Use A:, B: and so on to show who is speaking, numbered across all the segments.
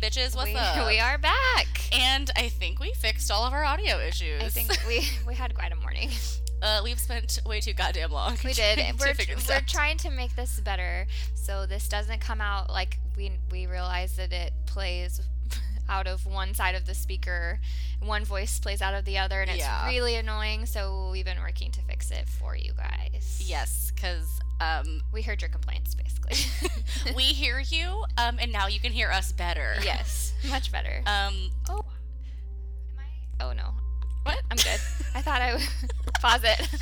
A: bitches. What's
B: we,
A: up?
B: we are back.
A: And I think we fixed all of our audio issues.
B: I think we we had quite a morning.
A: uh, we've spent way too goddamn long.
B: We did.
A: trying to
B: we're
A: figure this
B: we're
A: out.
B: trying to make this better, so this doesn't come out like we we realize that it plays out of one side of the speaker, one voice plays out of the other, and it's
A: Yeah.
B: really annoying. So we've been working to fix it for you guys.
A: Yes, because um,
B: We heard your complaints basically.
A: we hear you, um, and now you can hear us better.
B: yes, much better.
A: Um,
B: oh, am I? Oh no,
A: what?
B: I'm good. I thought I would pause it.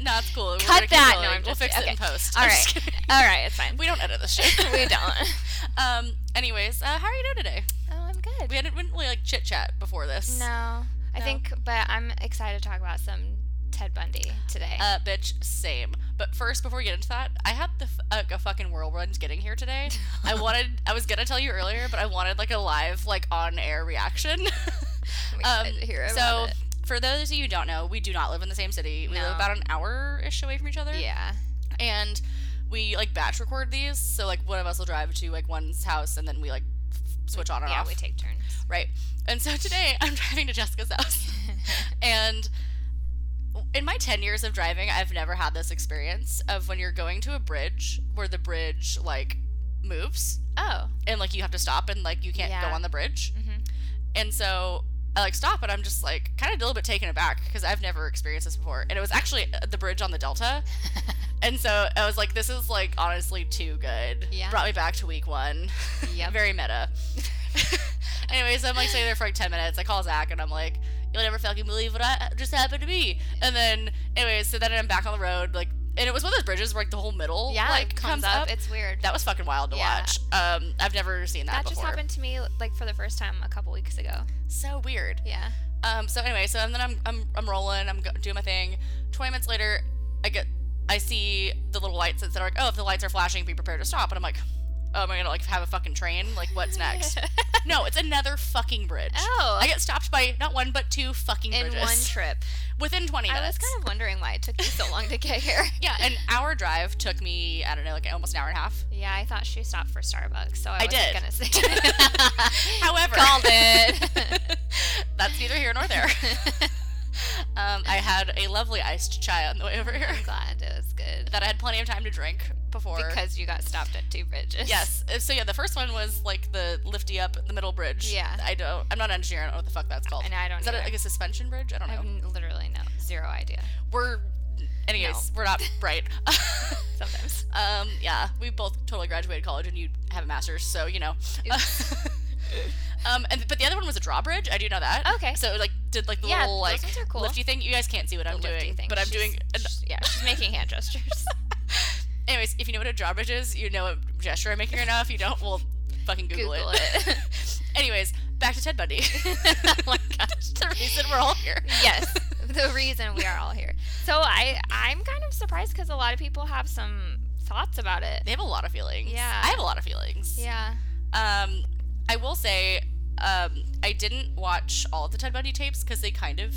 A: no, it's cool. We're
B: Cut
A: gonna keep
B: that. No,
A: going.
B: I'm
A: we'll
B: just-
A: fix it in
B: okay.
A: post.
B: All
A: I'm just
B: right.
A: kidding.
B: All right, it's fine.
A: We don't edit this shit.
B: we don't.
A: Um. Anyways, uh, how are you doing today?
B: Oh, I'm good.
A: We hadn't really like chit chat before this.
B: No, I
A: No.
B: think, but I'm excited to talk about some Ted Bundy today.
A: Uh, bitch, same. But first, before we get into that, I had the f- uh, a fucking whirlwind getting here today. I wanted, I was gonna tell you earlier, but I wanted like a live, like on air reaction.
B: I'm
A: um,
B: excited to hear
A: so,
B: about it.
A: for those of you who don't know, we do not live in the same city. We
B: No.
A: live about an hour ish away from each other.
B: yeah,
A: And we like batch record these, so like one of us will drive to like one's house, and then we like f- switch on and
B: yeah,
A: off.
B: we take turns.
A: Right. And so today I'm driving to Jessica's house. and in my 10 years of driving, I've never had this experience of when you're going to a bridge where the bridge like moves
B: Oh,
A: and like you have to stop and like you can't
B: Yeah.
A: go on the bridge.
B: hmm
A: And so I like stop and I'm just like kind of a little bit taken aback because I've never experienced this before. And it was actually uh, the bridge on the Delta. and so I was like, this is like honestly too good.
B: Yeah.
A: Brought me back to week one.
B: Yep.
A: Very meta. Anyways, I'm like sitting there for like 10 minutes. I call Zach and I'm like, you'll never fucking believe what I, just happened to me. And then, anyways, so then I'm back on the road. Like, and it was one of those bridges where like the whole middle
B: yeah,
A: like
B: it comes, up. It's weird.
A: That was fucking wild to
B: Yeah.
A: watch. Um, I've never seen that,
B: That just
A: before.
B: happened to me like for the first time a couple weeks ago.
A: So weird.
B: Yeah.
A: Um, so anyway, so and then I'm I'm, I'm rolling. I'm go- doing my thing. Twenty minutes later, I get I see the little lights that are like, oh, if the lights are flashing, be prepared to stop. And I'm like, oh, am I gonna like have a fucking train? Like, what's next? no, it's another fucking bridge.
B: oh,
A: I get stopped by not one but two fucking
B: in
A: bridges
B: one trip.
A: within twenty
B: I was
A: minutes.
B: kind of wondering why it took you so long to get here.
A: yeah, an hour drive took me I don't know like almost an hour and a half.
B: Yeah, I thought she stopped for Starbucks, so I,
A: I
B: wasn't
A: did.
B: gonna say.
A: However,
B: Called it.
A: that's neither here nor there. Um, I had a lovely iced chai on the way over here.
B: I'm glad it was good
A: that I had plenty of time to drink before.
B: because you got stopped at two bridges.
A: yes, Uh, so yeah, the first one was like the lifty up the middle bridge.
B: Yeah.
A: I don't. I'm not an engineer. I don't know what the fuck that's called.
B: and I don't.
A: Is that a,
B: either. Mm-hmm.
A: like a suspension bridge? I don't
B: I
A: know.
B: have n- literally no zero idea.
A: We're, anyways, we're not bright.
B: Sometimes.
A: um, yeah, we both totally graduated college, and you have a master's, so you know. um, and but the other one was a drawbridge. I do know that.
B: Okay.
A: So it, like did like the
B: Yeah,
A: little
B: those
A: like
B: ones are cool.
A: lifty thing. You guys can't see what I'm
B: The lifty
A: doing,
B: thing.
A: but I'm
B: She's-
A: doing. an-
B: sh- yeah, she's making hand gestures.
A: Anyways, if you know what a drawbridge is, you know what gesture I'm making right now. If you don't, well, fucking Google,
B: Google
A: it.
B: it.
A: Anyways, back to Ted Bundy.
B: oh my gosh.
A: That's the reason we're all here.
B: yes the reason we are all here so i i'm kind of surprised because a lot of people have some thoughts about it
A: They have a lot of feelings.
B: Yeah.
A: I have a lot of feelings.
B: yeah
A: Um, I will say, um, I didn't watch all of the Ted Bundy tapes because they kind of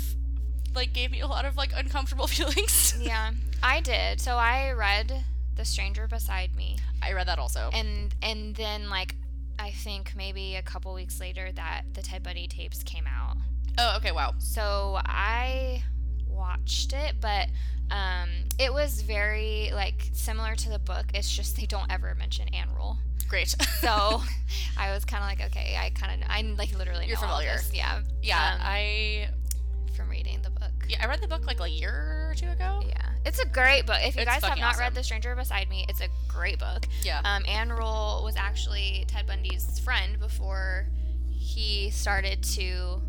A: like gave me a lot of like uncomfortable feelings.
B: yeah i did so i read the stranger beside me
A: I read that also.
B: and and then like i think maybe a couple weeks later that the ted bundy tapes came out
A: oh, okay. Wow.
B: so i watched it but um it was very like similar to the book it's just they don't ever mention anne rule
A: Great.
B: so i was kind of like okay i kind of i'm like literally
A: You're
B: know all
A: familiar.
B: this. yeah
A: yeah.
B: Um,
A: I
B: from reading the book.
A: yeah I read the book like a year or two ago.
B: Yeah, it's a great book. If you
A: It's
B: guys have
A: fucking
B: not
A: awesome.
B: read The Stranger Beside Me, it's a great book.
A: Yeah.
B: Um, Anne Rule was actually Ted Bundy's friend before he started to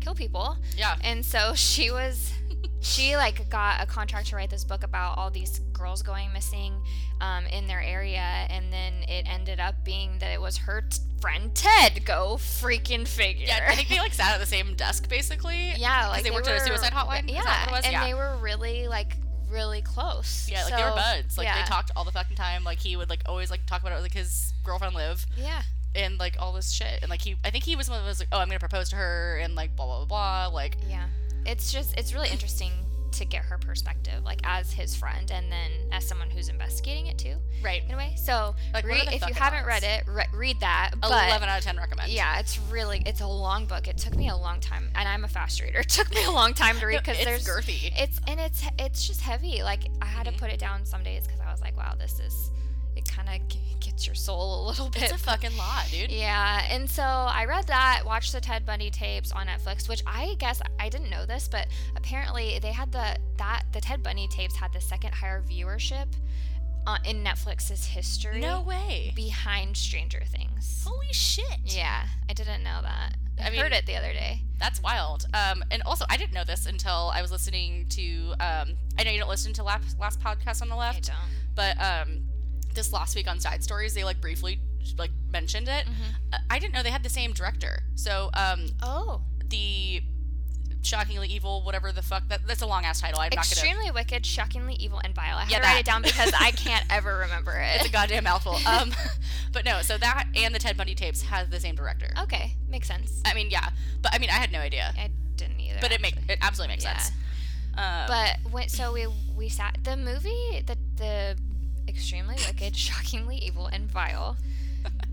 B: kill people,
A: Yeah.
B: and so she was, she like got a contract to write this book about all these girls going missing, um, in their area, and then it ended up being that it was her t- friend Ted. Go freaking figure.
A: Yeah. I think they like sat at the same desk basically.
B: Yeah, like
A: they worked at a suicide hotline? Is
B: Yeah,
A: that what it was?
B: and
A: Yeah.
B: they were really like really close.
A: Yeah, like
B: so,
A: they were buds. Like
B: yeah.
A: they talked all the fucking time. Like he would like always like talk about it with like his girlfriend Liv
B: Yeah,
A: and like all this shit. And like he, I think he was one of those like, oh, I'm gonna propose to her and like blah blah blah. blah. Like
B: yeah. It's just it's really interesting to get her perspective, like as his friend and then as someone who's investigating it too,
A: Right.
B: in a way. So
A: Like, what are
B: re-
A: the
B: if you
A: fucking
B: haven't read
A: odds?
B: it, re- read that. But
A: 11 out of 10 recommend.
B: yeah, it's really it's a long book. It took me a long time, and I'm a fast reader. It took me a long time to read because
A: it's
B: there's
A: girthy.
B: it's and it's it's just heavy. Like I had
A: Mhm.
B: to put it down some days because I was like, wow, this is it. Kind of g- gets your soul a little bit.
A: It's a fucking lot, dude.
B: Yeah, and so I read that, watched the Ted Bundy tapes on Netflix, which I guess I didn't know this, but apparently they had the that the Ted Bundy tapes had the second higher viewership uh, in Netflix's history
A: No way.
B: behind Stranger Things.
A: Holy shit.
B: Yeah, I didn't know that. I,
A: I mean-
B: heard it the other day.
A: That's wild. Um, and also, I didn't know this until I was listening to. Um, I know you don't listen to last, last podcast on the
B: I
A: left,
B: don't.
A: but um, this last week on Side Stories, they like briefly like mentioned
B: Mm.
A: it. Uh, I didn't know they had the same director. So um,
B: Oh,
A: the shockingly evil, whatever the fuck. That, that's a long ass title. I'm not gonna.
B: extremely wicked, shockingly evil, and vile. I had
A: Yeah,
B: to write
A: that.
B: it down because I can't ever remember
A: It's a
B: it.
A: goddamn mouthful. Um, but no. So that and the Ted Bundy tapes has the same director.
B: okay, makes sense.
A: I mean, yeah. But I mean, I had no idea.
B: I didn't either.
A: But it make
B: actually.
A: it absolutely makes
B: Yeah.
A: sense. Um,
B: But when, so we we sat the movie the the extremely wicked, shockingly evil, and vile.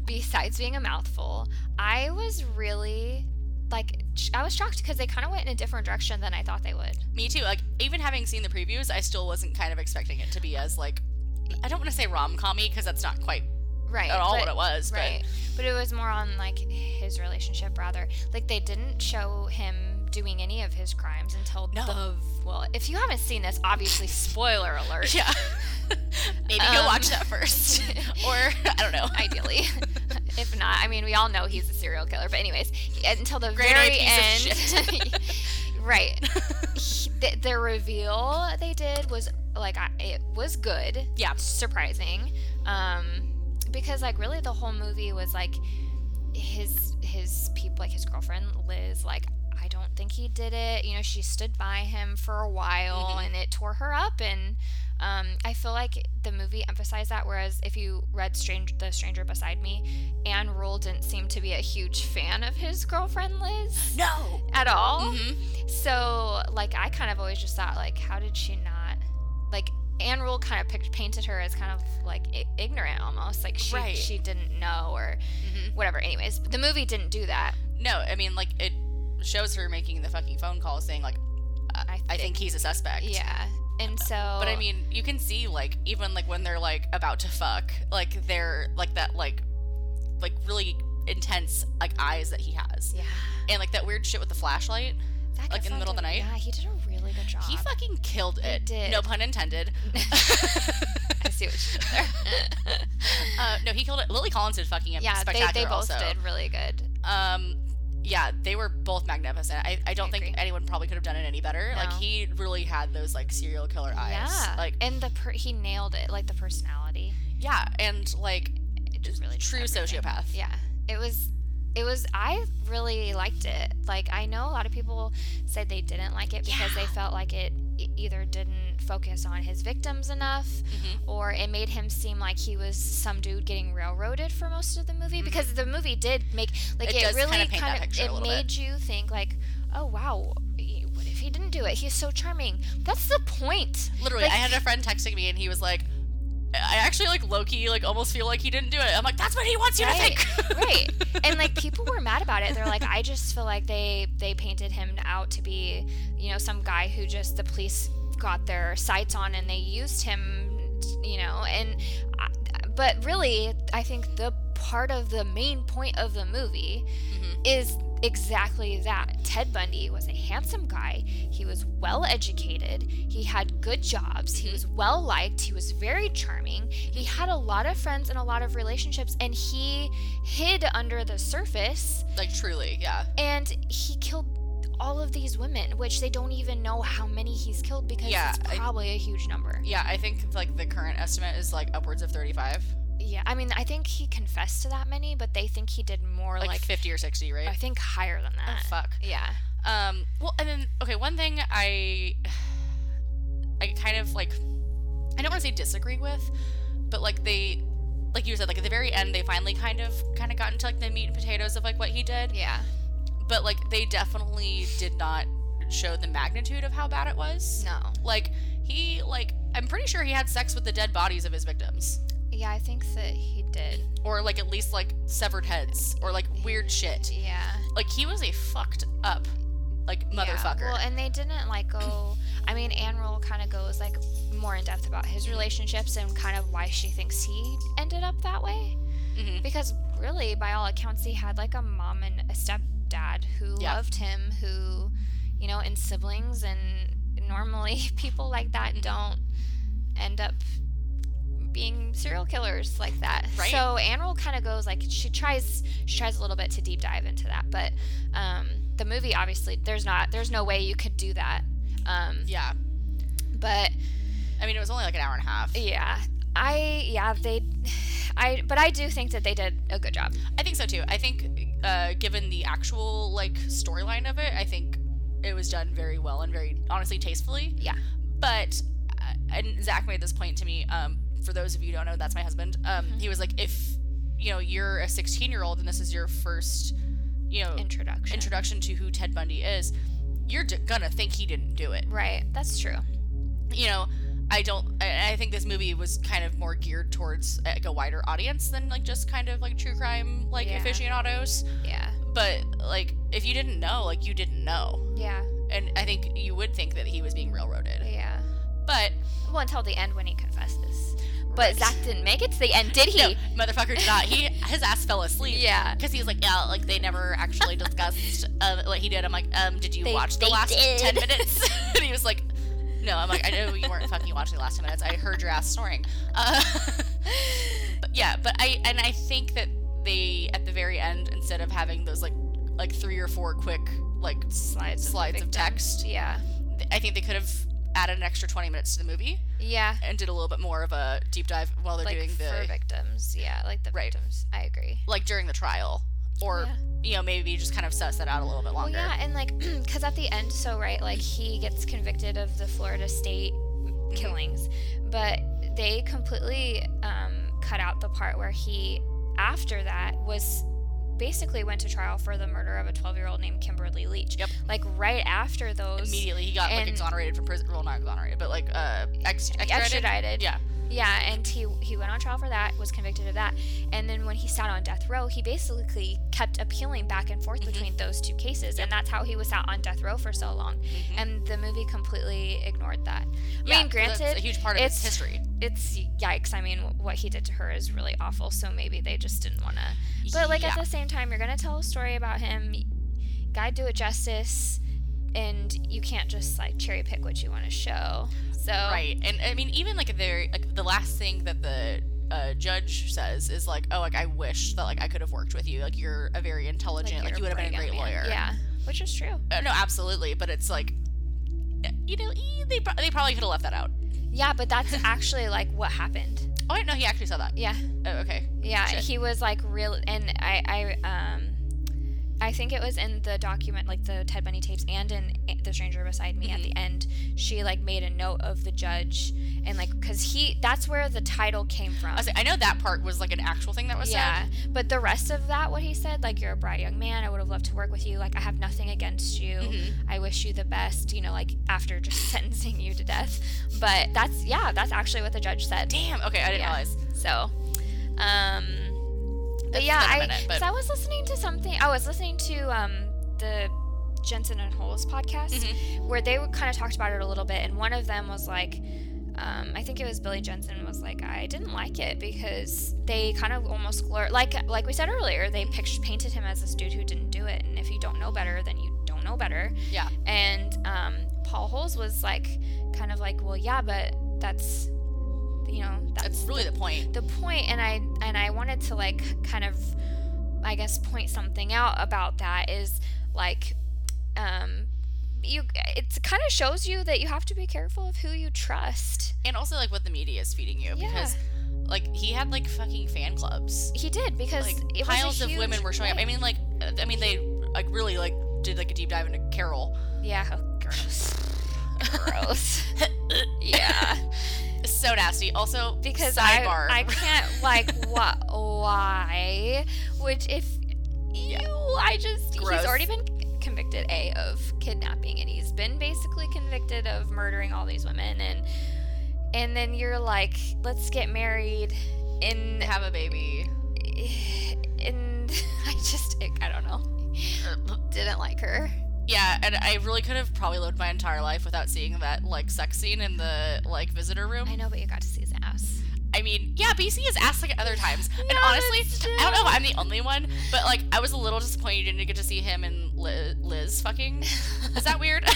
B: Besides being a mouthful, I was really like sh- I was shocked because they kind of went in a different direction than I thought they would.
A: Me too. Like even having seen the previews, I still wasn't kind of expecting it to be as like I don't want to say rom commy because that's not quite
B: Right.
A: at all
B: but-
A: what it was.
B: Right. But it was more on like his relationship rather. Like they didn't show him doing any of his crimes until
A: No.
B: the well, if you haven't seen this, obviously spoiler
A: But
B: alert.
A: yeah, maybe go
B: Um,
A: watch that first, or I don't know.
B: Ideally. if not, I mean, we all know he's a serial killer, but anyways, he- until the
A: Grade A
B: very
A: piece of
B: end. right. He- the, the reveal they did was like I, it was good.
A: yeah,
B: surprising um because like really the whole movie was like his his people like his girlfriend liz like i don't think he did it you know she stood by him for a while
A: Mhm.
B: and it tore her up and um i feel like the movie emphasized that whereas if you read strange the stranger beside me anne rule didn't seem to be a huge fan of his girlfriend liz
A: no.
B: at all
A: hmm
B: so, like, I kind of always just thought, like, how did she not, like, Anne Rule kind of picked, painted her as kind of like I- ignorant almost, like she
A: Right.
B: she didn't know or
A: hmm
B: whatever. Anyways, the movie didn't do that.
A: No, I mean like it shows her making the fucking phone call saying like
B: I
A: I think he's a suspect.
B: yeah, and so
A: But I mean, you can see like even like when they're like about to fuck, like they're like that like like really intense like eyes that he has.
B: yeah,
A: and like that weird shit with the flashlight.
B: Zach
A: Like, in the
B: Efron
A: middle of the
B: did-
A: night?
B: Yeah, he did a really good job.
A: He fucking killed it.
B: did.
A: No pun intended.
B: I see what you did there.
A: uh, no, he killed it. Lily Collins did fucking
B: yeah, they,
A: spectacular
B: they both
A: also.
B: did really good.
A: Um, yeah, they were both magnificent. I, I don't
B: I
A: think
B: agree.
A: anyone probably could have done it any better. Like
B: No.
A: he really had those like serial killer eyes.
B: Yeah,
A: Like
B: and the per- he nailed it, like the personality.
A: yeah, and like
B: It just really did
A: true
B: everything.
A: sociopath.
B: yeah it was it was i really liked it like i know a lot of people said they didn't like it because they
A: Yeah.
B: felt like it e- either didn't focus on his victims enough
A: Mhm.
B: or it made him seem like he was some dude getting railroaded for most of the movie because the movie did make like
A: Mm-hmm.
B: it,
A: It does
B: really
A: kinda paint that
B: kind of
A: picture a
B: it
A: little
B: made
A: bit.
B: you think like oh wow y- what if he didn't do it he's so charming that's the point
A: Literally,
B: Like-
A: I had a friend texting me and he was like, "I actually like low key like almost feel like he didn't do it." I'm like, "That's what he wants you
B: Right,
A: to think."
B: right and like people were mad about it they're like i just feel like they they painted him out to be you know some guy who just the police got their sights on and they used him you know and I, but really i think the part of the main point of the movie
A: Mhm.
B: is exactly that ted bundy was a handsome guy he was well educated he had good jobs he
A: Mhm.
B: was well liked he was very charming he had a lot of friends and a lot of relationships and he hid under the surface
A: like truly, yeah.
B: and he killed all of these women which they don't even know how many he's killed because
A: Yeah,
B: it's
A: I-
B: probably a huge number
A: Yeah, I think like the current estimate is like upwards of 35,
B: yeah i mean i think he confessed to that many but they think he did more
A: like,
B: like,
A: 50 or 60, right?
B: i think higher than
A: Oh,
B: that
A: fuck.
B: yeah
A: Um, well, and then okay, one thing I, I kind of like, I don't want to say disagree with, but like they, like you said, like at the very end, they finally kind of kind of got into like the meat and potatoes of like what he did,
B: yeah
A: but like they definitely did not showed the magnitude of how bad it was.
B: No.
A: Like he like I'm pretty sure he had sex with the dead bodies of his victims
B: Yeah, I think that he did.
A: or like at least like severed heads or like weird shit.
B: Yeah.
A: Like he was a fucked up like
B: Yeah,
A: motherfucker.
B: Well, and they didn't like go. I mean, Anne Rule kind of goes like more in depth about his relationships and kind of why she thinks he ended up that way.
A: Mhm.
B: Because really, by all accounts, he had like a mom and a stepdad who
A: Yeah.
B: loved him, who, you know, and siblings. And normally, people like
A: Mm-hmm.
B: that don't end up being serial killers like that.
A: Right.
B: So Anne Rule kind of goes like she tries she tries a little bit to deep dive into that, but um, the movie obviously there's not there's no way you could do that. Um,
A: yeah.
B: But
A: I mean it was only like an hour and a half.
B: yeah, I yeah they I but I do think that they did a good job.
A: I think so too. I think, uh, given the actual like storyline of it, I think it was done very well and very honestly tastefully.
B: Yeah.
A: But uh, and Zach made this point to me. Um, for those of you who don't know, that's my husband. Um,
B: Mm-hmm.
A: he was like, if you know you're a 16 year old and this is your first, you know,
B: Introduction.
A: Oh. introduction to who Ted Bundy is, you're d- gonna think he didn't do it.
B: right. That's true.
A: You know. I don't. I I think this movie was kind of more geared towards like a wider audience than like just kind of like true crime like
B: Yeah.
A: aficionados
B: Yeah.
A: but like if you didn't know like you didn't know
B: Yeah.
A: and i think you would think that he was being railroaded
B: Yeah.
A: but
B: Well, until the end when he confesses. But
A: Right.
B: Zach didn't make it to the end, did he?
A: no motherfucker did not he his ass fell asleep
B: Yeah.
A: because he was like yeah like they never actually discussed uh, what he did i'm like um did you
B: They-
A: watch the
B: they
A: last
B: did.
A: 10 minutes and he was like no i'm like i know you weren't fucking watching the last 10 minutes i heard your ass snoring uh, but yeah but i and i think that they at the very end instead of having those like like three or four quick like
B: Slides. the
A: slides of
B: victim.
A: text
B: Yeah.
A: th- I think they could have added an extra 20 minutes to the movie
B: Yeah.
A: and did a little bit more of a deep dive while they're
B: like
A: doing the
B: for victims. Yeah. Like the
A: Right.
B: victims. I agree.
A: like during the trial or
B: Yeah.
A: you know maybe just kind of suss that out a little bit longer.
B: Well, yeah, and like, because at the end, so right, like he gets convicted of the Florida State
A: Mm-hmm.
B: killings, but they completely um, cut out the part where he, after that, was basically went to trial for the murder of a 12 year old named Kimberly Leach.
A: Yep.
B: Like right after those.
A: Immediately he got like
B: and-
A: exonerated from prison. Well, not exonerated, but like uh, ex- extradited.
B: Extradited.
A: Yeah.
B: Yeah, and he he went on trial for that, was convicted of that, and then when he sat on death row, he basically kept appealing back and
A: Mm-hmm.
B: forth between those two cases, and that's how he was out on death row for so long. And the movie completely ignored that. Mm-hmm. I
A: Yeah,
B: mean,
A: that's a
B: granted,
A: huge part of its
B: it's-
A: history.
B: it's yikes. I mean, what he did to her is really awful, so maybe they just didn't want to. But like at
A: Yeah.
B: the same time, you're gonna tell a story about him. Guy, do it justice, and you can't just like cherry pick what you want to show. So
A: Right, and I mean, even like the like the last thing that the uh, judge says is like, "Oh, like I wish that like I could have worked with you. Like you're a very intelligent. Like,
B: you're
A: you would have been a
B: bright
A: great
B: young man.
A: lawyer.
B: Yeah, which is true.
A: Uh, no, absolutely. But it's like, you know, eh, they pro- they probably could have left that out.
B: Yeah, but that's actually like what happened.
A: Oh wait, no, he actually said that.
B: Yeah,
A: Oh, okay.
B: yeah.
A: Shit.
B: He was like real, and I, I, um, I think it was in the document, like the Ted Bundy tapes, and in A- The Stranger Beside Me. At
A: Mm-hmm.
B: the end, she like made a note of the judge, and like because he, that's where the title came from.
A: I, was like, I know that part was like an actual thing that was
B: Yeah,
A: said.
B: but the rest of that, what he said, like you're a bright young man. I would have loved to work with you. Like I have nothing against you.
A: Mm-hmm.
B: I wish you the best. You know, like after just sentencing you to death. But that's yeah, that's actually what the judge said.
A: Damn. Okay, I didn't
B: Yeah.
A: realize.
B: So, um, but
A: That's
B: yeah,
A: been a
B: I
A: minute, but-
B: because I was listening to something. I was listening to um the Jensen and Holes podcast
A: Mm-hmm.
B: where they kind of talked about it a little bit, and one of them was like. Um, I think it was Billy Jensen was like I didn't like it because they kind of almost glor like like we said earlier they pictured painted him as this dude who didn't do it and if you don't know better then you don't know better
A: Yeah.
B: and um, Paul Holes was like kind of like well yeah but that's you know
A: That's really the point.
B: the point and i and i wanted to like kind of i guess point something out about that is like um you it kind of shows you that you have to be careful of who you trust
A: And also like what the media is feeding you
B: Yeah.
A: because like he had like fucking fan clubs.
B: he did because
A: Like
B: it was a
A: piles of women
B: huge
A: were showing up. I
B: thing.
A: mean like uh, I mean they like really like did like a deep dive into Carol.
B: yeah oh, gross gross yeah
A: So nasty. Also
B: because
A: sidebar.
B: I, I can't like what why which if you I just
A: Gross.
B: he's already been c- convicted a of kidnapping and he's been basically convicted of murdering all these women and and then you're like let's get married and
A: Have a baby.
B: and I just it, I don't know didn't like her
A: Yeah, and I really could have probably lived my entire life without seeing that like sex scene in the like visitor room.
B: I know but you got to see his ass
A: I mean, yeah, but you see his ass like at other times. and
B: Yeah,
A: honestly,
B: that's true.
A: I don't know if I'm the only one, but like I was a little disappointed you didn't get to see him and Liz, Liz fucking. Is that weird?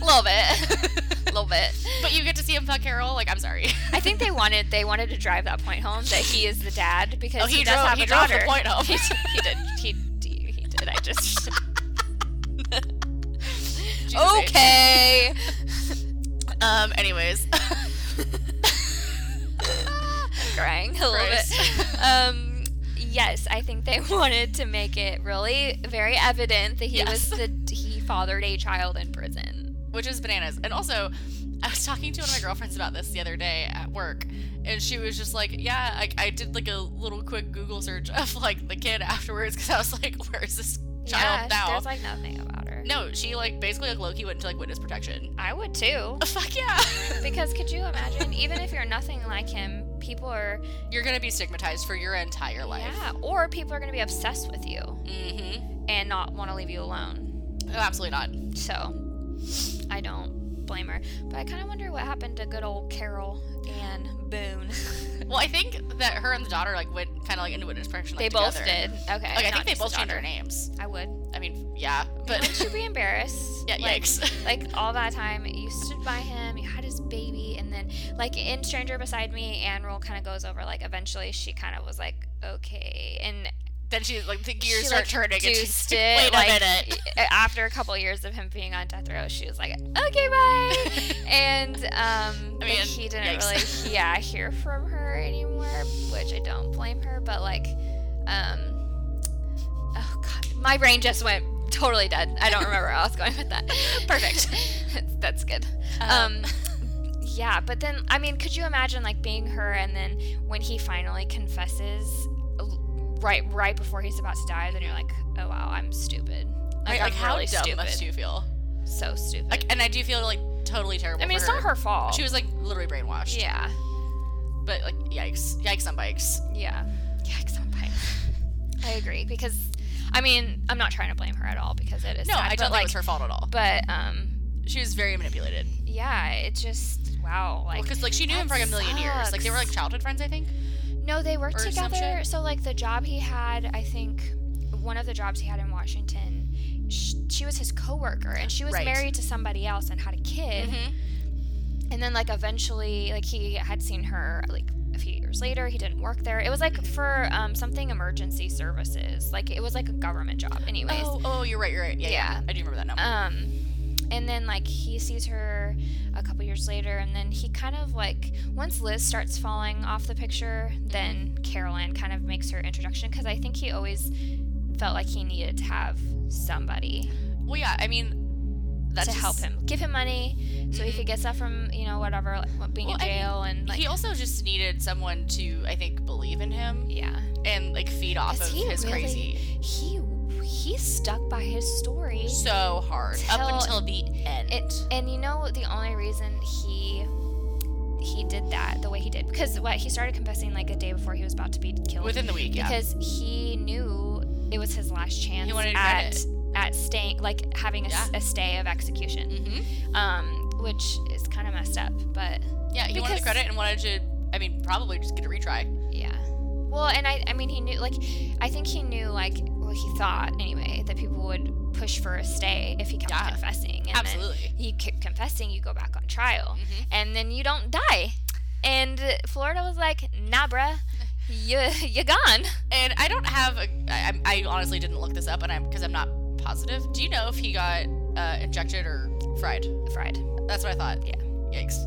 B: love it love it
A: but you get to see him fuck Carol. Like I'm sorry.
B: I think they wanted they wanted to drive that point home that he is the dad because
A: Oh,
B: he,
A: he
B: does
A: drove-
B: have
A: he
B: a
A: drove the
B: daughter.
A: point home.
B: he, d- he did. He, d- he did. I just
A: Jesus H.
B: okay.
A: Um. Anyways.
B: I'm crying a little
A: Christ.
B: bit. Um, yes, I think they wanted to make it really very evident that he was the he fathered a child in prison.
A: which is bananas. And also, I was talking to one of my girlfriends about this the other day at work, and she was just like, "Yeah, I, I did like a little quick Google search of like the kid afterwards because I was like, where's this
B: yeah,
A: child now?"
B: there's like nothing about her.
A: no, she like basically like Loki went into like witness protection.
B: I would too.
A: Fuck yeah!
B: Because could you imagine, even if you're nothing like him, people are
A: You're gonna be stigmatized for your entire life.
B: yeah, or people are going to be obsessed with you.
A: Mm-hmm.
B: and not want to leave you alone.
A: Oh, absolutely not.
B: So I don't blame her. But I kind of wonder what happened to good old Carol and Boone.
A: Well, I think that her and the daughter like went kind of like into witness protection.
B: they
A: Like,
B: both
A: together.
B: did. Okay.
A: Like I
B: not
A: think they
B: just the
A: both changed their
B: daughter.
A: names.
B: I would.
A: I mean, yeah, but
B: Wouldn't you be embarrassed?
A: yeah,
B: like,
A: yikes.
B: Like all that time, you stood by him, you had his baby, and then, like in Stranger Beside Me, Anne Rule kind of goes over. Like eventually, she kind of was like, "Okay," and
A: then she like the gears
B: She,
A: start
B: like,
A: turning. and she's
B: deuced
A: like,
B: it, like, uh,
A: Wait a minute.
B: after a couple years of him being on death row, she was like, "Okay, bye," and um, like,
A: mean,
B: he didn't
A: yikes.
B: really, yeah, hear from her anymore, which I don't blame her, but like, um, oh god, my brain just went totally dead. I don't remember where I was going with that. Perfect, that's good.
A: Uh-huh.
B: Um, yeah, but then I mean, could you imagine like being her, and then when he finally confesses, l- right right before he's about to die, then you're like, oh wow, I'm stupid.
A: Right,
B: Like,
A: like,
B: I'm
A: how
B: really
A: dumb
B: stupid.
A: must you feel?
B: So stupid.
A: Like, and I do feel like totally terrible.
B: I mean,
A: for
B: it's not her fault.
A: She was like literally brainwashed.
B: yeah,
A: But like, yikes, yikes on bikes.
B: yeah. Yikes on bikes. I agree because, I mean, I'm not trying to blame her at all because it is.
A: No,
B: sad,
A: I
B: but,
A: don't think
B: like
A: it was her fault at all.
B: But um,
A: She was very manipulated.
B: yeah, it just wow. Like
A: Because like she knew him for
B: that
A: like a million years. Like they were like
B: sucks.
A: childhood friends, I think.
B: No, they worked
A: or some
B: together.
A: shit.
B: So like the job he had, I think one of the jobs he had in Washington, sh- she was his coworker, and she was
A: Right.
B: married to somebody else and had a kid.
A: Mm-hmm.
B: And then like eventually, like he had seen her like a few years later. He didn't work there. It was like for um, something emergency services. Like it was like a government job, anyways.
A: Oh, oh, you're right, you're right. Yeah, yeah.
B: Yeah.
A: I do remember that now.
B: Um, and then like he sees her a couple years later, and then he kind of like once Liz starts falling off the picture, then Carolyn kind of makes her introduction because I think he always felt like he needed to have somebody
A: well, yeah. I mean, that's
B: to
A: just,
B: help him, give him money so he
A: Mhm.
B: could get stuff from you know whatever like what- being in
A: Well, I mean,
B: jail and like
A: he also just needed someone to, I think, believe in him
B: yeah
A: and like feed off
B: 'Cause
A: of
B: he
A: his
B: really-
A: crazy
B: he he stuck by his story
A: so hard up
B: Till-
A: until the end.
B: It, and you know the only reason he he did that the way he did because what he started confessing like a day before he was about to be killed
A: within the week. Yeah.
B: because he knew it was his last chance
A: He wanted to get
B: at at staying like having a, s-
A: Yeah.
B: a stay of execution
A: mm-hmm.
B: um which is kind of messed up but
A: Yeah, he wanted
B: Because-
A: the credit and wanted to. I mean, probably just get a retry.
B: yeah well and i i mean he knew like i think he knew like well he thought anyway that people would push for a stay if he kept
A: Yeah.
B: confessing and then
A: Absolutely.
B: he kept confessing you go back on trial
A: Mhm.
B: and then you don't die. And Florida was like, nah, bruh, you, you gone.
A: And I don't have. A, I, I'm- I honestly didn't look this up, and I'm because I'm not positive. Do you know if he got uh, injected or fried?
B: Fried.
A: That's what I thought.
B: Yeah.
A: Yikes.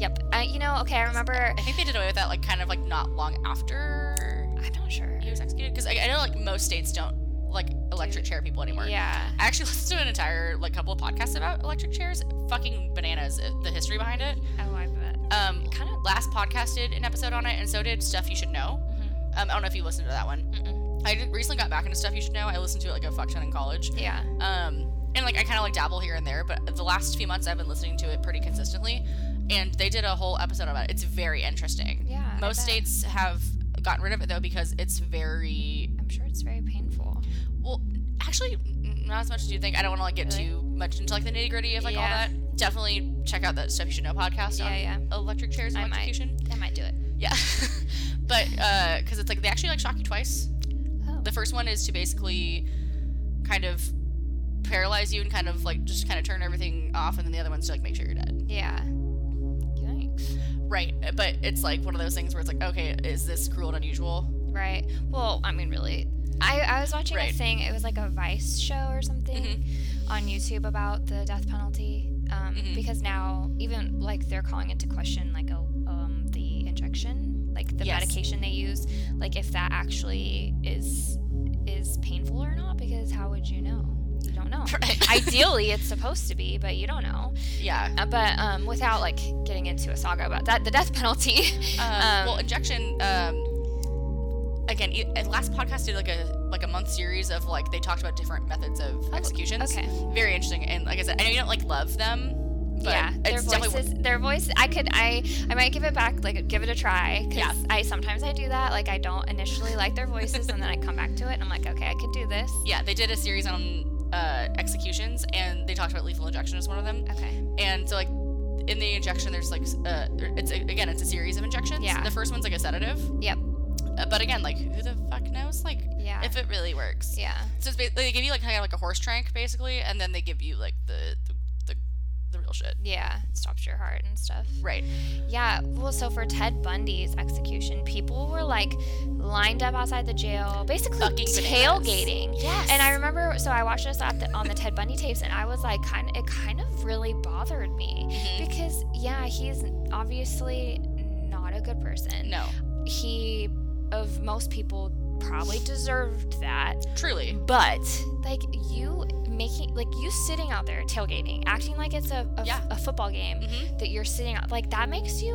B: Yep. I, you know, okay, I remember.
A: I think they did away with that, like kind of like not long after
B: I'm not sure.
A: he was executed, because I, I know like most states don't like electric chair people anymore.
B: Yeah.
A: I actually listened to an entire like couple of podcasts about electric chairs. Fucking bananas, uh, the history behind it.
B: Oh, I bet.
A: Um,
B: Kind of.
A: last podcast did an episode on it, and so did stuff you should know.
B: Mm-hmm.
A: Um, I don't know if you listened to that one.
B: Mm-mm.
A: I did- recently got back into stuff you should know. I listened to it like a fuck ton in college.
B: Yeah.
A: Um, and like I kind of like dabble here and there, but the last few months I've been listening to it pretty consistently, and they did a whole episode about it. It's very interesting.
B: Yeah, I
A: Most
B: bet.
A: states have gotten rid of it though because it's very
B: I'm sure it's very painful.
A: well. Actually, n- not as much as you think. I don't want to like get
B: Really?
A: too much into like the nitty gritty of like all
B: Yeah.
A: that. Definitely check out that stuff you should know podcast on
B: Yeah,
A: electric chairs and
B: I might.
A: electrocution.
B: I might do it.
A: Yeah, but because it's like they actually like shock you twice.
B: Oh.
A: The first one is to basically kind of paralyze you and kind of like just kind of turn everything off, and then the other one's to like make sure you're dead.
B: Yeah. Yikes.
A: Right, but it's like one of those things where it's like, okay, is this cruel and unusual?
B: Right. Well, I mean, really. I, I was watching
A: Right. Mm-hmm.
B: a thing. It was like a Vice show or something on YouTube about the death penalty. Um,
A: Mhm.
B: Because now, even like they're calling into question like a, um, the injection, like the
A: Yes.
B: medication they use, like if that actually is is painful or not. Because how would you know? You don't know.
A: Right.
B: Ideally, it's supposed to be, but you don't know.
A: yeah.
B: Uh, But um, without like getting into a saga about that, the death penalty.
A: Um,
B: Um,
A: well, injection. Um, again, e- and last podcast did like a like a month series of like they talked about different methods of executions.
B: okay.
A: Very interesting, and like I said, I know you don't like love them. But
B: yeah, their
A: it's definitely
B: voices. Their voice. I could. I. I might give it back. Like give it a try. 'cause
A: Yeah.
B: I sometimes I do that. Like I don't initially like their voices, and then I come back to it, and I'm like, okay, I could do this.
A: yeah, they did a series on uh, executions, and they talked about lethal injection as one of them.
B: Okay.
A: And so like in the injection, there's like s- uh, it's a, again it's a series of injections.
B: Yeah.
A: The first one's like a sedative,
B: Yep.
A: uh, but again like who the fuck knows like
B: Yeah.
A: if it really works.
B: yeah.
A: So it's ba- they give you like kind of like a horse trank basically, and then they give you like the the, the, the real shit.
B: Yeah. It stops your heart and stuff.
A: Right.
B: Yeah. Well, so for Ted Bundy's execution, people were like lined up outside the jail, basically
A: Fucking bananas.
B: tailgating.
A: Yes.
B: And I remember, so I watched this at the, on the Ted Bundy tapes, and I was like, kind of, it kind of really bothered me
A: Mhm.
B: because, yeah, he's obviously not a good person.
A: no,
B: He, of most people, probably deserved that.
A: truly.
B: But like you making, like you sitting out there tailgating, acting like it's a a,
A: Yeah.
B: a football game
A: Mhm.
B: that you're sitting out, like that makes you.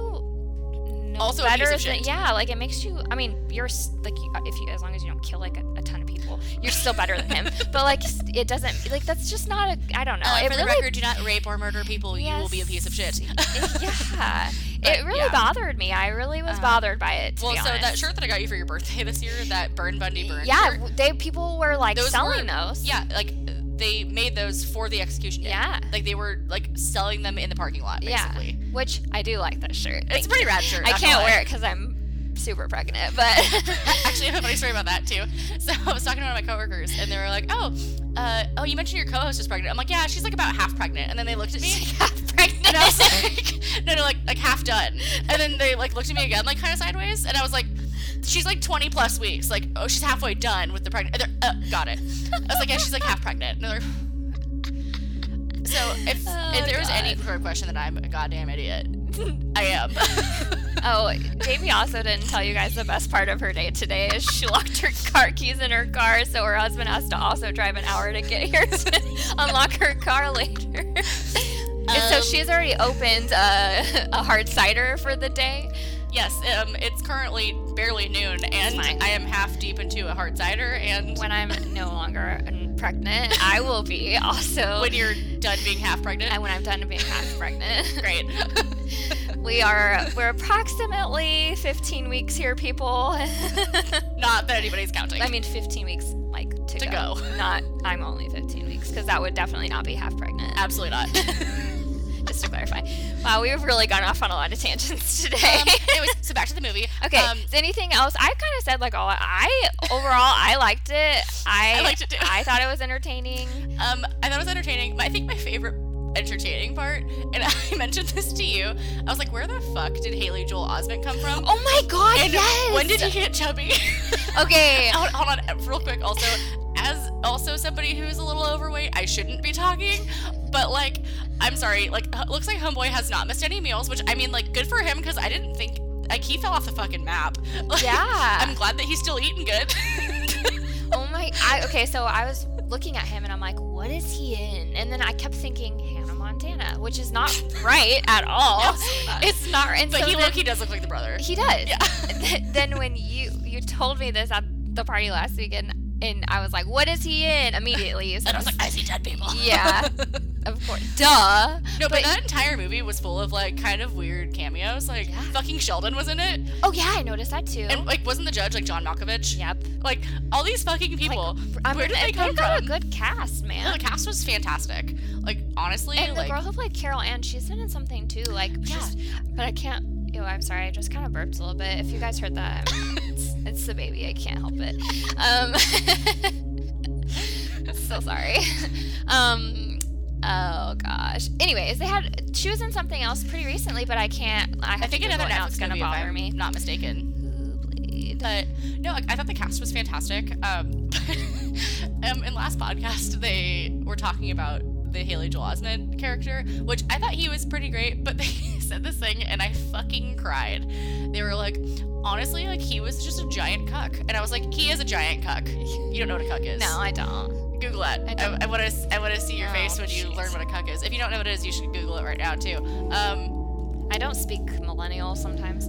B: No
A: Also a piece
B: better
A: of
B: than-
A: shit.
B: yeah like it makes you i mean you're s- like you, if you as long as you don't kill like a, a ton of people you're still better than him but like s- it doesn't like that's just not a i don't know
A: Uh,
B: it
A: for
B: really
A: the record, do not rape or murder people. You will be a piece of shit.
B: yeah
A: But,
B: it really
A: yeah.
B: bothered me i really was
A: Uh,
B: bothered by it to
A: well,
B: be
A: so that
B: honest.
A: shirt that I got you for your birthday this year, that burn Bundy burn.
B: yeah
A: shirt,
B: w- they people were like
A: Those
B: selling
A: were-
B: those
A: yeah, like they made those for the execution day.
B: yeah
A: Like they were like selling them in the parking lot,
B: Yeah.
A: basically.
B: which i do like that shirt
A: It's a pretty rad shirt.
B: i
A: not gonna
B: can't
A: lie.
B: wear it because i'm super pregnant but
A: Actually, I have a funny story about that too. So I was talking to one of my coworkers, and they were like, "Oh, uh, oh, you mentioned your co-host is pregnant." I'm like, "Yeah, she's like about half pregnant." And then they looked at me,
B: pregnant
A: and I was like, "No, no, like like half done." And then they like looked at me again, like kind of sideways, and I was like, "She's like 20 plus weeks. Like, oh, she's halfway done with the pregnant." and they're, Uh, got it. I was like, "Yeah, she's like half pregnant." And they're like, so if
B: Oh,
A: if there was any
B: God.
A: sort of question that I'm a goddamn idiot, I am.
B: Oh, Jamie also didn't tell you guys the best part of her day today is she locked her car keys in her car, so her husband has to also drive an hour to get here to unlock her car later. and so
A: Um,
B: she's already opened a, a hard cider for the day.
A: Yes, um, it's currently barely noon, and
B: fine.
A: I am half deep into a hard cider. And
B: When
A: when,
B: I'm no longer pregnant, I will be also.
A: you're done being half pregnant,
B: and when I'm done being half pregnant,
A: great.
B: we are we're approximately 15 weeks here, people.
A: Not that anybody's counting.
B: I mean, 15 weeks like to,
A: To
B: go. Not I'm only 15 weeks because that would definitely not be half pregnant.
A: absolutely not.
B: Just to clarify. Wow, we've really gone off on a lot of tangents today.
A: um, anyways, so back to the movie.
B: okay.
A: Um,
B: is anything else? I kind of said like all. I overall I liked it. I
A: I liked it too.
B: I thought it was entertaining.
A: um, I thought it was entertaining. but I think my favorite entertaining part, and I mentioned this to you, I was like, where the fuck did Haley Joel Osment come from?
B: Oh my god!
A: and
B: yes.
A: when did he get chubby?
B: Okay.
A: hold, hold on, uh, real quick. Also, as also somebody who's a little overweight, I shouldn't be talking, but like, I'm sorry. Like, h- looks like homeboy has not missed any meals, which I mean, like, good for him because I didn't think like he fell off the fucking map. Like,
B: Yeah.
A: I'm glad that he's still eating good.
B: Oh my! I, okay, so I was looking at him and I'm like, what is he in? And then I kept thinking Hannah Montana, which is not right at all.
A: Absolutely not.
B: It's not. And
A: but
B: so
A: he
B: then-
A: look, he does look like the brother.
B: He does.
A: Yeah.
B: Th- then when you you told me this at the party last weekend, and I was like, "What is he in?" Immediately, so
A: And I was like, I see dead people.
B: Yeah. "Of course, duh."
A: No, but,
B: But-
A: that entire movie was full of like kind of weird cameos. Like
B: Yeah.
A: fucking Sheldon was in it,
B: Oh yeah, I noticed that too.
A: and like wasn't the judge like John Malkovich?
B: yep.
A: Like all these fucking people.
B: I'm-
A: Where did they come
B: got
A: from?
B: a good cast,
A: No,
B: man.
A: the cast was fantastic. Like honestly,
B: and
A: like
B: the girl who played Carol Ann, she's been in something too. Like,
A: Yeah.
B: she's- but I can't. Ew, I'm sorry. I just kind of burped a little bit. If you guys heard that, I'm- it's, it's the baby. I can't help it. Um, so sorry. Um, oh gosh. Anyways, they had. She was in something else pretty recently, but I can't. I,
A: I think another
B: now. It's
A: Netflix
B: gonna
A: movie, if
B: bother
A: I'm
B: me.
A: not mistaken.
B: Who played-
A: But no, like, I thought the cast was fantastic. Um, um, in last podcast they were talking about the Haley Joel Osment character, which I thought he was pretty great, but they said this thing and I fucking cried. They were like, honestly, like he was just a giant cuck, and I was like, he is a giant cuck. You don't know what a cuck is.
B: No, I don't.
A: Google it.
B: I
A: I,
B: don't.
A: I want to. I want to see your
B: Oh,
A: face when you
B: jeez.
A: learn what a cuck is. If you don't know what it is, you should Google it right now too. Um,
B: I don't speak millennial sometimes.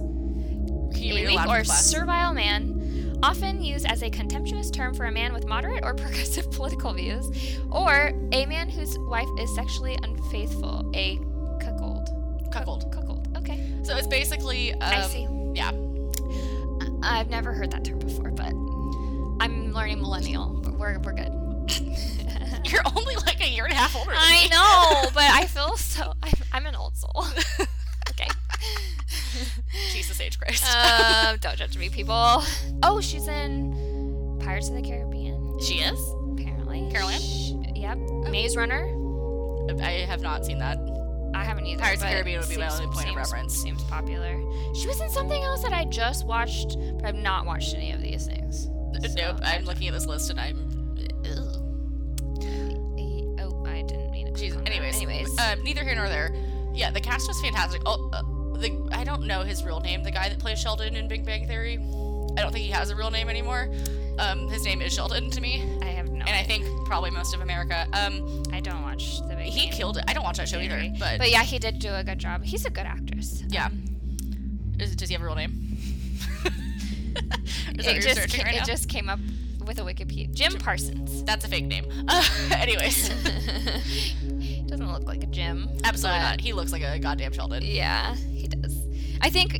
A: can you
B: a
A: read
B: weak
A: aloud
B: or
A: for class?
B: servile man, often used as a contemptuous term for a man with moderate or progressive political views, or a man whose wife is sexually unfaithful, a cuckold.
A: Cuckold.
B: Cuckold. Okay,
A: So it's basically. Um,
B: I see.
A: yeah.
B: I- I've never heard that term before, but I'm learning millennial. But we're we're good.
A: You're only like a year and a half older. Than
B: I
A: me.
B: know, but I feel so. I'm, I'm an old soul. okay.
A: Jesus H Christ.
B: Um, don't judge me, people. Oh, she's in Pirates of the Caribbean.
A: she is.
B: Apparently.
A: Carol Ann?
B: Sh- Yep.
A: Oh.
B: Maze Runner.
A: I have not seen that.
B: I haven't either.
A: Pirates of
B: but
A: the Caribbean would be my
B: seems-
A: only point of
B: seems-
A: reference.
B: Seems popular. She was in something else that I just watched, but I've not watched any of these things. So,
A: nope.
B: I
A: I'm
B: don't-
A: looking at this list and I'm. Ugh.
B: E- Oh, I didn't mean to. click
A: Jesus.
B: on that.
A: Anyways.
B: Anyways.
A: Um, neither here nor there. Yeah, the cast was fantastic. Oh, uh, the I don't know his real name. The guy that plays Sheldon in Big Bang Theory. I don't think he has a real name anymore. Um, his name is Sheldon to me,
B: I have no.
A: and I think probably most of America. Um,
B: I don't watch the big.
A: he
B: Bang
A: killed it. I don't watch that show either,
B: Theory.
A: but,
B: But yeah, he did do a good job. He's a good actress.
A: yeah. Is, does he have a real name? Is that what
B: it
A: you're
B: just
A: searching
B: ca-
A: right
B: it
A: now?
B: just came up with a Wikipedia. Jim Parsons.
A: That's a fake name. Uh, anyways,
B: Doesn't look like a Jim.
A: absolutely
B: but-
A: not. He looks like a goddamn Sheldon.
B: Yeah, he does. I think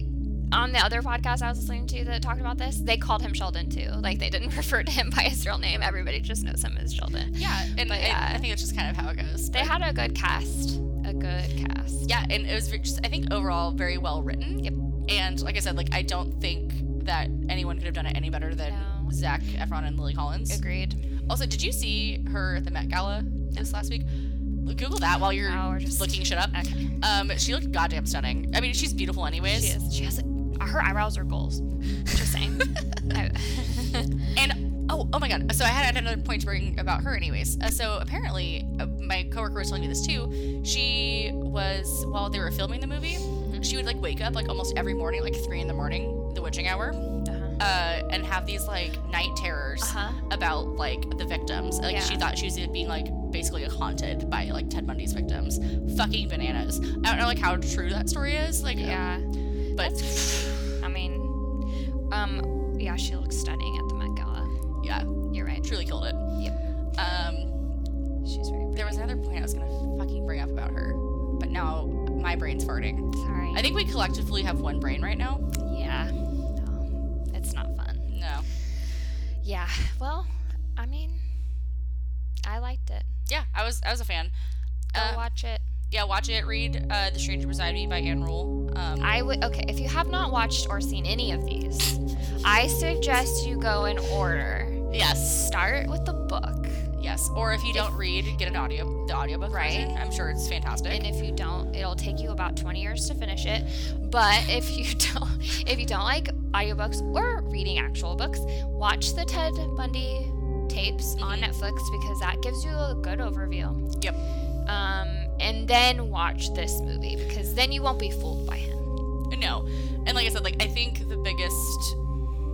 B: on the other podcast I was listening to that talked about this, they called him Sheldon too. Like they didn't refer to him by his real name. Everybody just knows him as Sheldon.
A: Yeah, and,
B: But
A: and
B: yeah.
A: I think it's just kind of how it goes.
B: They
A: but-
B: had a good cast. A good cast.
A: yeah, and it was ve- just, I think overall very well written.
B: Yep.
A: And like I said, like I don't think that anyone could have done it any better than
B: No.
A: Zach Efron and Lily Collins.
B: Agreed.
A: Also, did you see her at the Met Gala this last week? Google that while you're
B: Wow, we're just
A: looking shit up.
B: Okay.
A: Um, she looked goddamn stunning. I mean, she's beautiful anyways.
B: She is. She has. A, her eyebrows are goals. Just saying. I-
A: And oh, oh my god. So I had another point to bring about her, anyways. Uh, so apparently, uh, my coworker was telling me this too. She was while they were filming the movie,
B: Mm-hmm.
A: she would like wake up like almost every morning, like three in the morning, the witching hour,
B: uh-huh.
A: uh, and have these like night terrors
B: Uh-huh.
A: about like the victims. Like she
B: Yeah.
A: thought she was being like basically haunted by like Ted Bundy's victims. Fucking bananas. I don't know like how true that story is. Like,
B: Yeah.
A: but
B: I mean, um, yeah, she looks stunning at the Met Gala.
A: yeah,
B: You're right.
A: truly killed it. Um.
B: She's very.
A: There was another point I was gonna fucking bring up about her, but now my brain's farting.
B: Sorry.
A: I think we collectively have one brain right now.
B: Yeah. No, it's not fun.
A: No.
B: Yeah. Well, I mean, I liked it.
A: Yeah, I was I was a fan.
B: Go
A: Uh,
B: watch it.
A: yeah, watch it. Read uh, "The Stranger Beside Me" by Anne Rule. Um,
B: I would. Okay, if you have not watched or seen any of these, I suggest you go in order.
A: yes,
B: Start with the book,
A: yes. Or if you don't read, get an audio the audiobook
B: Right.
A: version. I'm sure it's fantastic.
B: and if you don't, it'll take you about 20 years to finish it. But if you don't, if you don't like audiobooks or reading actual books, watch the Ted Bundy tapes on Netflix because that gives you a good overview.
A: yep.
B: um, and then watch this movie because then you won't be fooled by him.
A: No. And like I said, like I think the biggest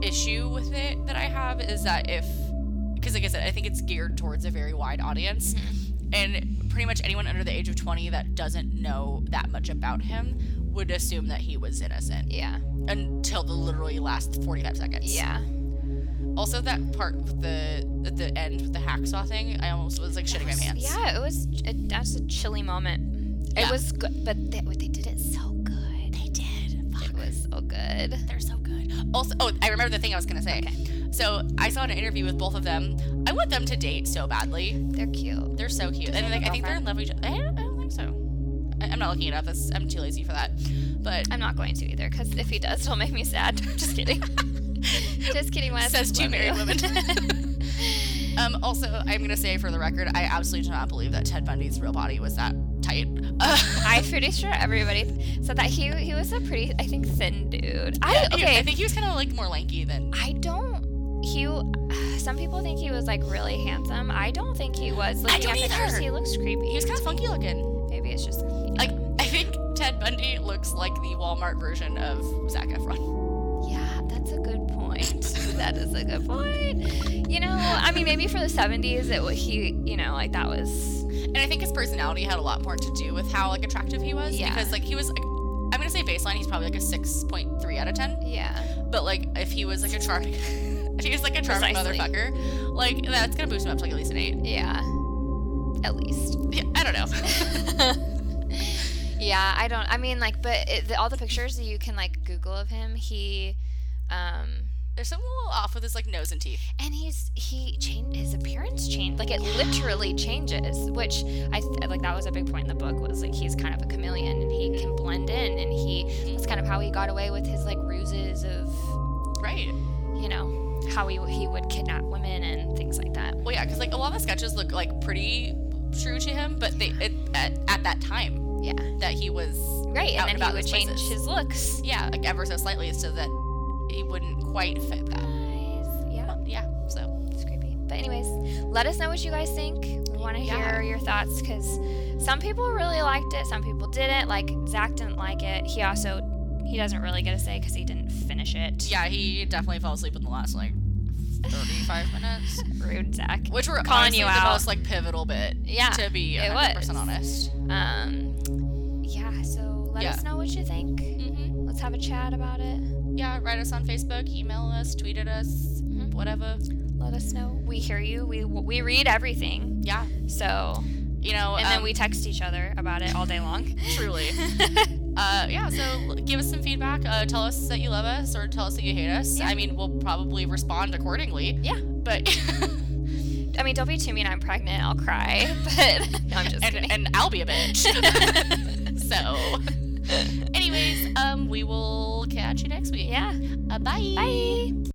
A: issue with it that I have is that if because like I said, I think it's geared towards a very wide audience. And pretty much anyone under the age of 20 that doesn't know that much about him would assume that he was innocent
B: Yeah,
A: until the literally last 45 seconds.
B: yeah.
A: Also, that part with the at the end with the hacksaw thing, I almost was like shitting my pants.
B: Yeah, it was. It, that's a chilly moment.
A: Yeah.
B: It was good, but they, they did it so good.
A: they did.
B: It was so good.
A: They're so good. Also, oh, I remember the thing I was gonna say. So I saw an interview with both of them. I want them to date so badly.
B: They're cute.
A: They're so cute,
B: Does
A: and
B: he have
A: like
B: a
A: I think they're in love with each other. I don't, I don't think so. I, I'm not looking it up. That's, I'm too lazy for that. But
B: I'm not going to either, because if he does, it'll make me sad. Just kidding. Just kidding, Wes.
A: says two
B: Love
A: married
B: you.
A: women. um, also, I'm gonna say for the record, I absolutely do not believe that Ted Bundy's real body was that tight.
B: I'm pretty sure everybody said that he he was a pretty, I think, thin dude. I
A: Yeah, he-
B: okay.
A: I think he was kind of like more lanky than.
B: I don't. He. Some people think he was like really handsome. I don't think he was. Looking
A: don't
B: at pictures,
A: either.
B: He looks creepy.
A: He was kind of funky looking.
B: Maybe it's just.
A: Like I think Ted Bundy looks like the Walmart version of Zac Efron.
B: Yeah, that's a good point. that is a good point. You know, I mean, maybe for the '70s, it wa- he, you know, like that was.
A: And I think his personality had a lot more to do with how like attractive he was.
B: Yeah.
A: Because like he was like I'm gonna say baseline, he's probably like a six point three out of ten.
B: Yeah.
A: But like if he was like a charming if he was like a charming
B: Precisely.
A: motherfucker, like that's gonna boost him up to like at least an eight.
B: Yeah. At least.
A: Yeah, I don't know.
B: yeah, I don't. I mean, like, but it, the, all the pictures that you can like Google of him, he, um,
A: There's something a little off with his like nose and teeth.
B: and he's he changed his appearance changed like it literally changes which i th- like that was a big point in the book was like he's kind of a chameleon and he can blend in and he that's kind of how he got away with his like ruses of
A: Right.
B: you know how he he would kidnap women and things like that
A: Well, yeah, because like a lot of the sketches look like pretty true to him, but they it, at, at that time
B: yeah
A: that he was
B: right
A: Out
B: and then
A: and about
B: he would
A: those
B: change
A: places.
B: his looks
A: yeah like ever so slightly, so that he wouldn't quite fit that.
B: yeah
A: Well, yeah. So
B: it's creepy but anyways let us know what you guys think we want to
A: Yeah.
B: hear your thoughts because some people really liked it some people didn't like zach didn't like it he also he doesn't really get a say because he didn't finish it
A: yeah, he definitely fell asleep in the last like 35 minutes,
B: rude zach
A: which were
B: Calling
A: honestly
B: you
A: the
B: out.
A: most like pivotal bit.
B: yeah
A: To be
B: it
A: 100
B: was.
A: percent honest.
B: um yeah so let
A: Yeah.
B: us know what you think
A: Mm-hmm.
B: let's have a chat about it
A: Yeah, write us on Facebook, email us, tweet at us,
B: Mhm.
A: whatever.
B: let us know we hear you we we read everything
A: Yeah,
B: so
A: you know.
B: and
A: um,
B: then we text each other about it all day long
A: truly. uh, yeah, so l- give us some feedback. Uh, tell us that you love us or tell us that you hate us.
B: Yeah.
A: I mean, we'll probably respond accordingly.
B: Yeah.
A: But
B: i mean don't be too mean i'm pregnant i'll cry but no i'm just
A: and,
B: kidding
A: and I'll be a bitch. so, anyways, um, we will catch you next week.
B: yeah
A: Uh, bye.
B: bye